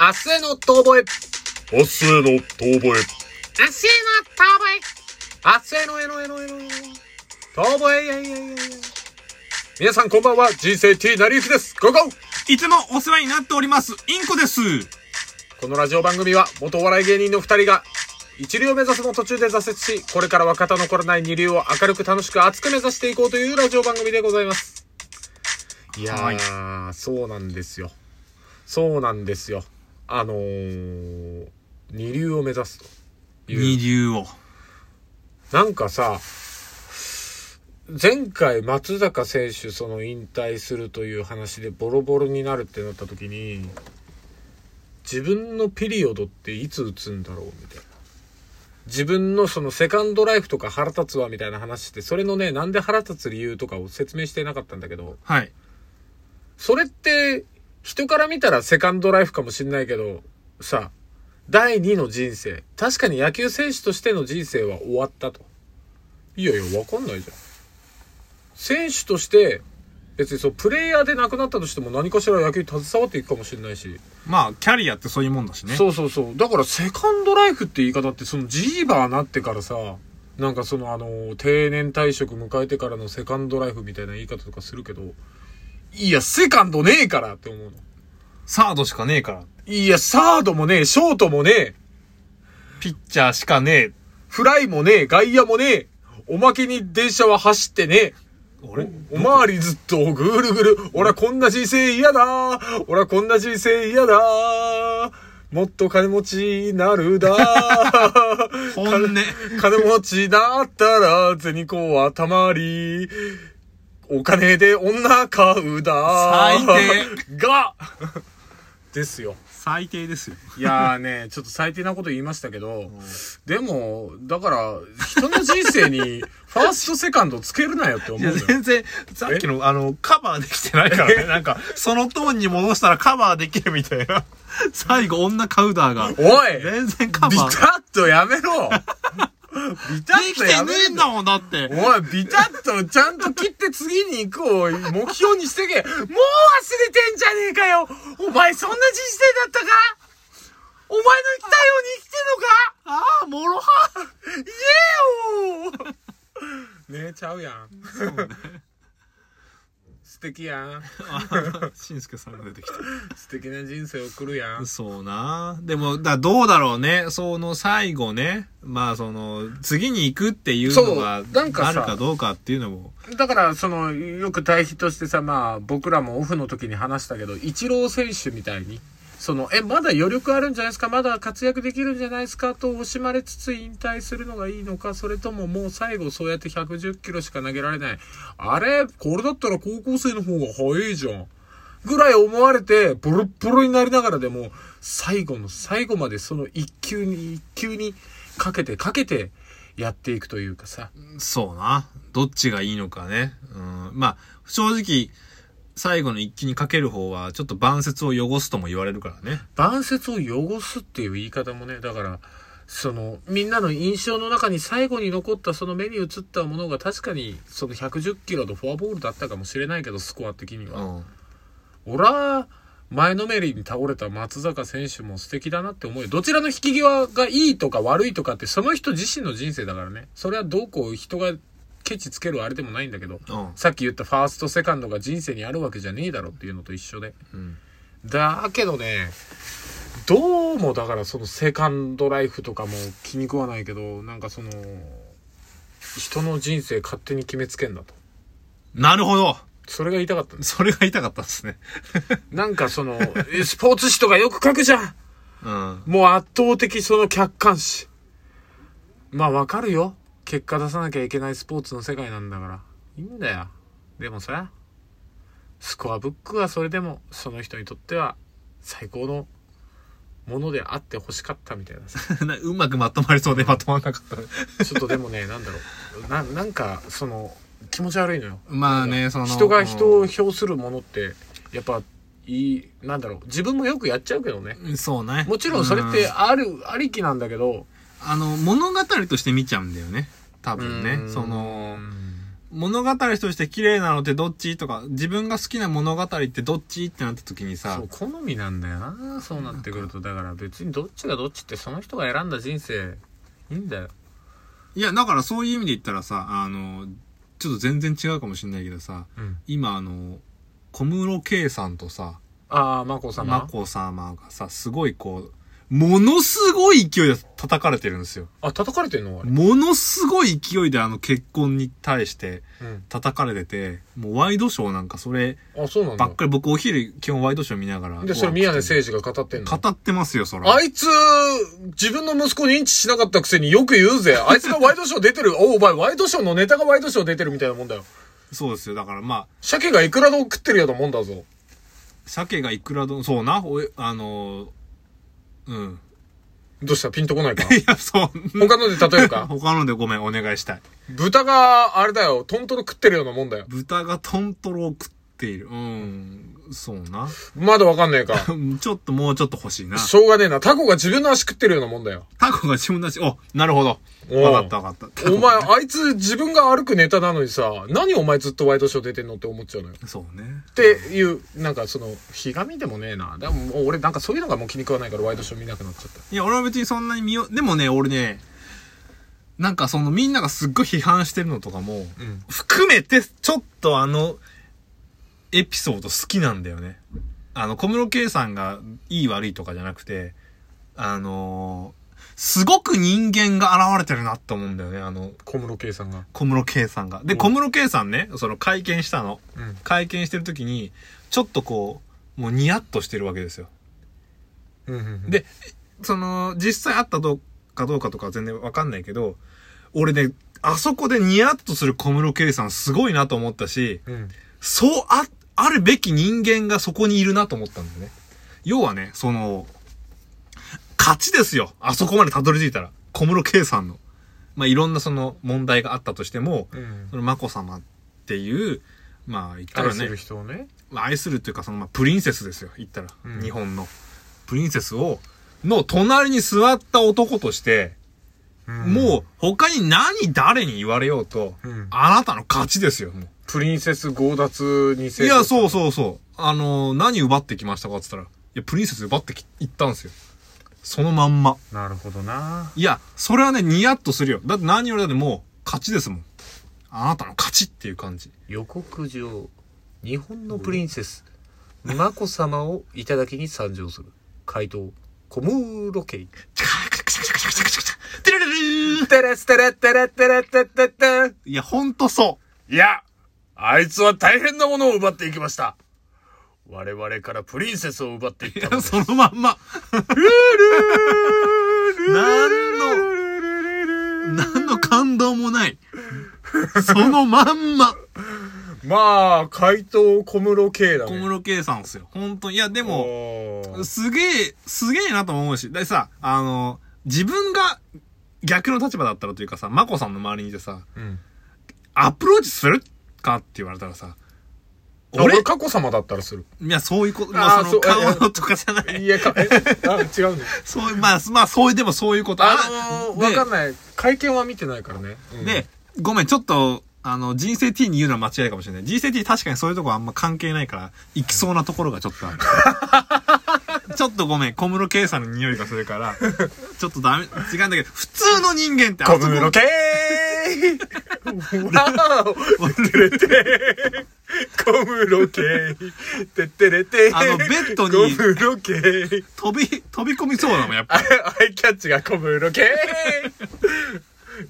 明日への遠吠え。明日への遠吠え。明日への遠吠え。明日へのえのえのえのえの。遠吠え、いやいやいやいや。皆さんこんばんは、人生 T なりゆきです。ゴーゴーいつもお世話になっております、インコです。このラジオ番組は、元お笑い芸人の二人が、一流を目指すも途中で挫折し、これからは肩のこらない二流を明るく楽しく熱く目指していこうというラジオ番組でございます。いやー、そうなんですよ。そうなんですよ。あのー、二流を目指すという二。流を。なんかさ、前回松坂選手その引退するという話でボロボロになるってなった時に、自分のピリオドっていつ打つんだろうみたいな。自分のそのセカンドライフとか腹立つわみたいな話して、それのね、なんで腹立つ理由とかを説明してなかったんだけど、はい。それって人から見たらセカンドライフかもしんないけど、さ、第二の人生。確かに野球選手としての人生は終わったと。いやいや、わかんないじゃん。選手として、別にそう、プレイヤーで亡くなったとしても何かしら野球に携わっていくかもしれないし。まあ、キャリアってそういうもんだしね。そうそうそう。だからセカンドライフって言い方って、そのジーバーなってからさ、なんかそのあの、定年退職迎えてからのセカンドライフみたいな言い方とかするけど、いや、セカンドねえからって思うの。サードしかねえから。いや、サードもねえ、ショートもねえ、ピッチャーしかねえ。フライもねえ、外野もねえ、おまけに電車は走ってね俺え、おまわりずっとぐるぐる、俺はこんな人生嫌だ俺はこんな人生嫌だもっと金持ちになるだ本音。金持ちだったら、銭子はたまり、お金で女買うだ最が、ですよ。最低ですよ。いやーね、ちょっと最低なこと言いましたけど、でも、だから、人の人生に、 ファースト、セカンドつけるなよって思う いのや、よ。全然、さっきの、あの、カバーできてないからね。なんか、そのトーンに戻したらカバーできるみたいな。最後、女カウダーが。おい全然カビバター。ッとやめろビタでッきとてやめねえんろだもん、だって。おい、ビタッとちゃんと切って次に行こう。目標にしてけ。もう忘れてんじゃねえかよお前そんな人生だったかお前の生きたいように生きてんのかああ、もろは。 言えよ ねえ、ちゃうやん。 素敵やん。 しんすけさんが出てきた。素敵な人生送るやん。そうな。でも、だどうだろうね。その最後ね。まあ、その、次に行くっていうのが、そうなんかさあるかどうかっていうのも。だから、その、よく対比としてさ、まあ、僕らもオフの時に話したけど、イチロー選手みたいに、その、え、まだ余力あるんじゃないですかまだ活躍できるんじゃないですかと惜しまれつつ引退するのがいいのかそれとももう最後そうやって110キロしか投げられない。あれこれだったら高校生の方が早いじゃん。ぐらい思われて、ボロッボロになりながらでも、最後の最後までその一球に一球にかけてかけてやっていくというかさ。そうな。どっちがいいのかね。うん。まあ、正直、最後の一気にかける方は、ちょっと晩節を汚すとも言われるからね。晩節を汚すっていう言い方もね、だから、その、みんなの印象の中に最後に残ったその目に映ったものが確かに、その110キロのフォアボールだったかもしれないけど、スコア的にうは。ん。俺は、前のめりに倒れた松坂選手も素敵だなって思うよ。どちらの引き際がいいとか悪いとかって、その人自身の人生だからね。それはどうこう人がケチつけるあれでもないんだけど、うん。さっき言ったファースト、セカンドが人生にあるわけじゃねえだろっていうのと一緒で。うん。だけどね、どうもだからそのセカンドライフとかも気に食わないけど、なんかその、人の人生勝手に決めつけんだと。なるほど。それが言いたかったんです。それが痛かったですね。なんかその、 えスポーツ紙とかよく書くじゃんうん。 もう圧倒的その客観視。まあわかるよ。結果出さなきゃいけないスポーツの世界なんだから。いいんだよ。でもさ、スコアブックはそれでもその人にとっては最高のものであってほしかったみたいなさ。なうまくまとまりそうでまとまらなかったね。ちょっとでも ね、なんだろう。な、なんか、その、気持ち悪いのよ。まあね、その。人が人うをん評するものって、やっぱ、いい、なんだろう。自分もよくやっちゃうけどね。そうね。もちろんそれっうてある、ありきなんだけど、あの、物語として見ちゃうんだよね。多分うねん。その、物語として綺麗なのってどっちとか、自分が好きな物語ってどっちってなった時にさそう、好みなんだよなそうなってくるとだから別にどっちがどっちってその人が選んだ人生いいんだよいや、だからそういう意味で言ったらさ、あの、ちょっと全然違うかもしれないけどさ、うん今あの、小室圭さんとさ、ああ眞子さま眞子さまがさ、すごいこう、ものすごい勢いで叩かれてるんですよ。あ叩かれてんのあれ、ものすごい勢いであの結婚に対してうん、叩かれてて、もうワイドショーなんかそれあそうなんばだっかり、僕お昼基本ワイドショー見ながら。でそれ宮根誠司が語ってんの語ってますよ、そら。あいつ、自分の息子認知しなかったくせによく言うぜ。あいつがワイドショー出てる。 おお前、ワイドショーのネタがワイドショー出てるみたいなもんだよ。そうですよ。だからまあ、鮭がいくら丼食ってるようなもんだぞ。鮭がいくら丼、そうな、おいあのー、うん。 どうしたピンとこない かいや、そう。他ので例えるか他のでごめん、お願いしたい。豚が、あれだよ、トントロ食ってるようなもんだよ。豚がトントロを食っている。うん、そうな。 まだわかんねえか。うんちょっともうちょっと欲しいな。しょうがねえな。タコが自分の足食ってるようなもんだよ。タコが自分だし、お、なるほど。おうわかったわかった。お前、あいつ自分が歩くネタなのにさ、何お前ずっとワイドショー出てんのって思っちゃうのよ。そうね。っていう、なんかその、ひがみでもねえな。でももう俺なんかそういうのがもう気に食わないからワイドショー見なくなっちゃった。いや、俺は別にそんなに見よう、でもね、俺ね、なんかそのみんながすっごい批判してるのとかも、うん含めて、ちょっとあの、エピソード好きなんだよね。あの、小室圭さんがいい悪いとかじゃなくて、あのーすごく人間が現れてるなって思うんだよね、あの、小室圭さんが。小室圭さんが。で、ん小室圭さんね、その会見したの。うん。会見してる時に、ちょっとこう、もうニヤッとしてるわけですよ。うんうんうん、で、その、実際あったどうかどうかとかは全然わかんないけど、俺ね、あそこでニヤッとする小室圭さんすごいなと思ったし、うん。そうあ、あるべき人間がそこにいるなと思ったんだよね。要はね、その、勝ちですよ。あそこまでたどり着いたら。小室圭さんの。まあ、いろんなその問題があったとしても、うんそ。の、眞子さまっていう、まあ、言った愛らすねる、人をね。まあ愛するっていうか、その、まあ、プリンセスですよ。言ったら、うん日本の。プリンセスを、の隣に座った男として、もう、他に何、誰に言われようと、うんあなたの勝ちですよ、もう。プリンセス強奪に成いや、そうう。そうそう。あのー何奪ってきましたかって言ったら、いや、プリンセス奪ってき、行ったんですよ。そのまんま。なるほどな。いや、それはね、ニヤッとするよ。だって何よりだってもう、勝ちですもん。あなたの勝ちっていう感じ。予告状、日本のプリンセス、眞子さまをいただきに参上する。回答、小室圭。チャカチャカチャカチャカチャカチャカチャ。テレレレーテレステレテレテレテテテ。いや、ほんとそいや、あいつは大変なものを奪っていきました。我々からプリンセスを奪っていっう。いたや、そのまんま。何の、何の感動もない。そのまんま。まあ、回答小室圭だね。小室圭さんですよ。ほんと。いや、でも、もすげえ、すげえなとも思うし。でさ、あの、自分が逆の立場だったらというかさ、マコさんの周りにいてさ、うん。アプローチするかって言われたらさ、俺、俺、い佳子様だったらする。や、そういうこと、まああーそのそう顔とかじゃない。いや、か、え、あ、違うね。そういう、まあ、まあ、そういう、でもそういうこと。あのー、でわかんない。会見は見てないからね。うん、で、ごめん、ちょっと、あの、人生 T に言うのは間違いかもしれない。人生 T 確かにそういうとこあんま関係ないから、行きそうなところがちょっとあ る。ちょっとごめん、小室圭さんの匂いがするから、ちょっとダメ、違うんだけど、普通の人間ってあ小そこ室圭わおてれて小室圭てってれてあのベッドに小室圭飛び、飛び込みそうだもん、やっぱ。あアイキャッチが小室圭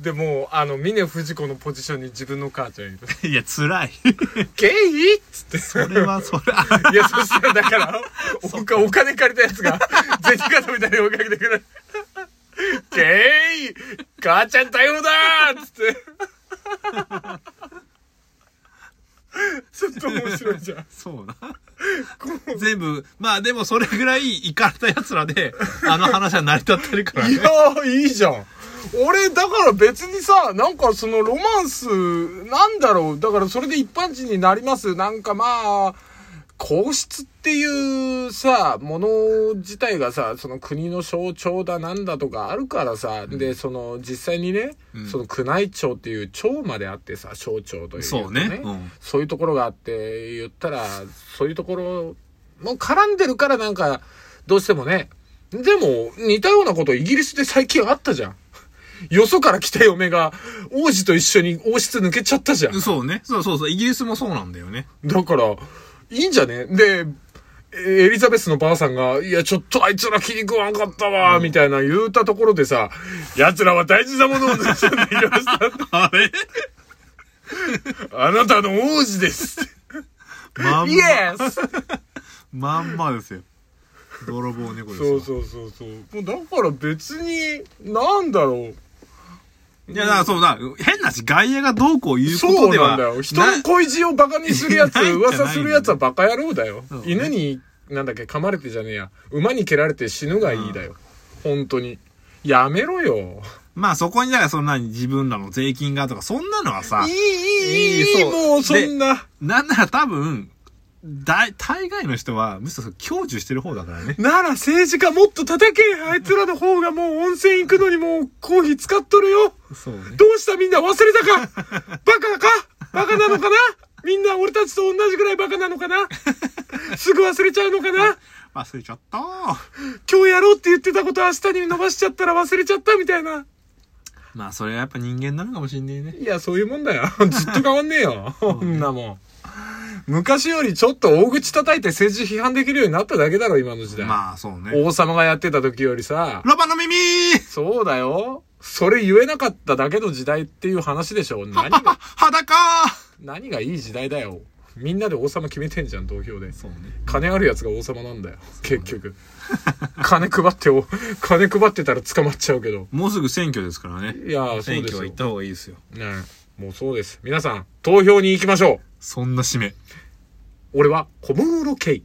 でもうあの峰不二子のポジションに自分の母ちゃんいる いや、辛い。 「ゲイ?」っつってそれは、それ、 あいや、そしたらだから、おかお金借りたや つが、銭形みたいに追いかけてくる。ゲイ母ちゃん逮捕だーっつって。 ちょっと面白いじゃん。そうな。全部、まあでもそれぐらい行かれた奴らで、あの話は成り立ってるからいね。やー、いいじゃん。俺、だから別にさ、なんかそのロマンス、なんだろう。だからそれで一般人になります。なんかまあ、皇室っていういうさ、もの自体がさ、その国の象徴だなんだとかあるからさ、で、その実際にね、うんその宮内庁っていう庁まであってさ、省庁というかそうねうんそういうところがあって言ったら、そういうところも絡んでるからなんか、どうしてもね、でも似たようなことイギリスで最近あったじゃん。よそから来た嫁が王子と一緒に王室抜けちゃったじゃん。そうね。そうそうそう。イギリスもそうなんだよね。だから、いいんじゃねで、えエリザベスのばあさんが、いや、ちょっとあいつら気に食わんかったわ、みたいな言うたところでさ、奴らは大事なものを盗んでいました。 あれあなたの王子です。まんイエスまんまですよ。泥棒猫ですよ。そうそうそうそう。もうだから別に、なんだろう。いや、だからそうだ。変なし、外野がどうこう言うこそとうでは。なんだよ。人の恋路をバカにするやつ、ないんじゃない噂するやつはバカ野郎だよそう。ね犬に、なんだっけ、噛まれてじゃねえや。馬に蹴られて死ぬがいいだよ。本当に。やめろよ。まあそこに、だからそんなに自分らの税金がとか、そんなのはさい、い、いい、いいいい、そうもうそんな。なんなら多分、大、大概の人は、むしろ享受してる方だからね。なら政治家もっと叩けあいつらの方がもう温泉行くのにもうコーヒー使っとるよそうね。どうしたみんな忘れ たかバカかバカなのかなみんな俺たちと同じぐらいバカなのか なすぐ忘れちゃうのかな忘れちゃった。今日やろうって言ってたこと明日に伸ばしちゃったら忘れちゃったみたいな。まあそれはやっぱ人間なのかもしんねえね。いや、そういうもん だよ。ずっと変わんねえよ。こんなもん。昔よりちょっと大口叩いて政治批判できるようになっただけだろ、今の時代。まあそうね。王様がやってた時よりさ。ロバの耳そうだよ。それ言えなかっただけの時代っていう話でし ょ。何が、裸何がいい時代だよ。みんなで王様決めてんじゃん、投票で。そうね。金あるやつが王様なんだよ、結局。金配ってお、金配ってたら捕まっちゃうけど。もうすぐ選挙ですからね。いやー、そ選うです挙よ。は行った方がいいですよ。ねもうそうです。皆さん、投票に行きましょう。そんな締め。俺は小室圭。